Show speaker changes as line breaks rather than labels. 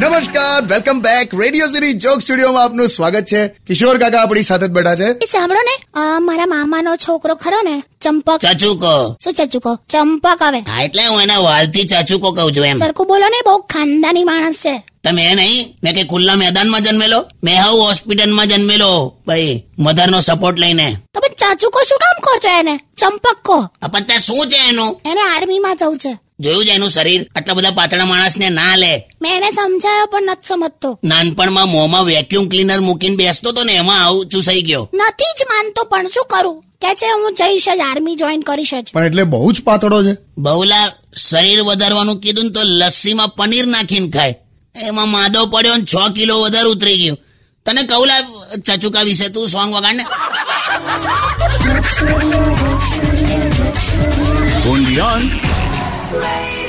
નમસ્કાર welcome back Radio City joke સ્ટુડિયોમાં આપનું સ્વાગત છે કિશોર કાકા આપણી સાથે જ બેઠા છે
એ સાંભળો ને આ મારા મામાનો છોકરો ખરો ને ચંપક
ચચુકો
શું ચચુકો ચંપક હવે
હા એટલે હું એના વાલથી ચાચુકો કહું છું એમ
સરખું બોલો ને બહુ ખાનદાની માણસ છે
તમે એ નહીં મેં કે ખુલ્લા મેદાનમાં જન્મેલો મેં હાઉ હોસ્પિટલમાં જન્મેલો ભાઈ મધરનો સપોર્ટ લઈને
તો પણ ચાચુકો શું કામ કહો છો એને ચંપક કહો
અપત્તા શું છે એનું
એને આર્મીમાં જવું છે
જોયું છે એનું શરીર આટલા બધા પાતળા માણસને ના લે
મેં એને સમજાયો પણ નથી સમજતો
નાનપણમાં મોંમાં વેક્યુમ ક્લીનર મૂકીને બેસતો તો ને એમાં આવું ચૂસાઈ ગયો
નથી જ માનતો પણ શું કરું કે છે હું જઈશ જ આર્મી જોઈન કરીશ જ
પણ એટલે બહુ જ પાતળો છે
બહુલા શરીર વધારવાનું કીધું ને તો લસ્સીમાં પનીર નાખીને ખાય એમાં માદો પડ્યો ને છ કિલો વધારે ઉતરી ગયું તને કહુલા ચચુકા વિશે તું સોંગ વગાડ ને
Only on
Radio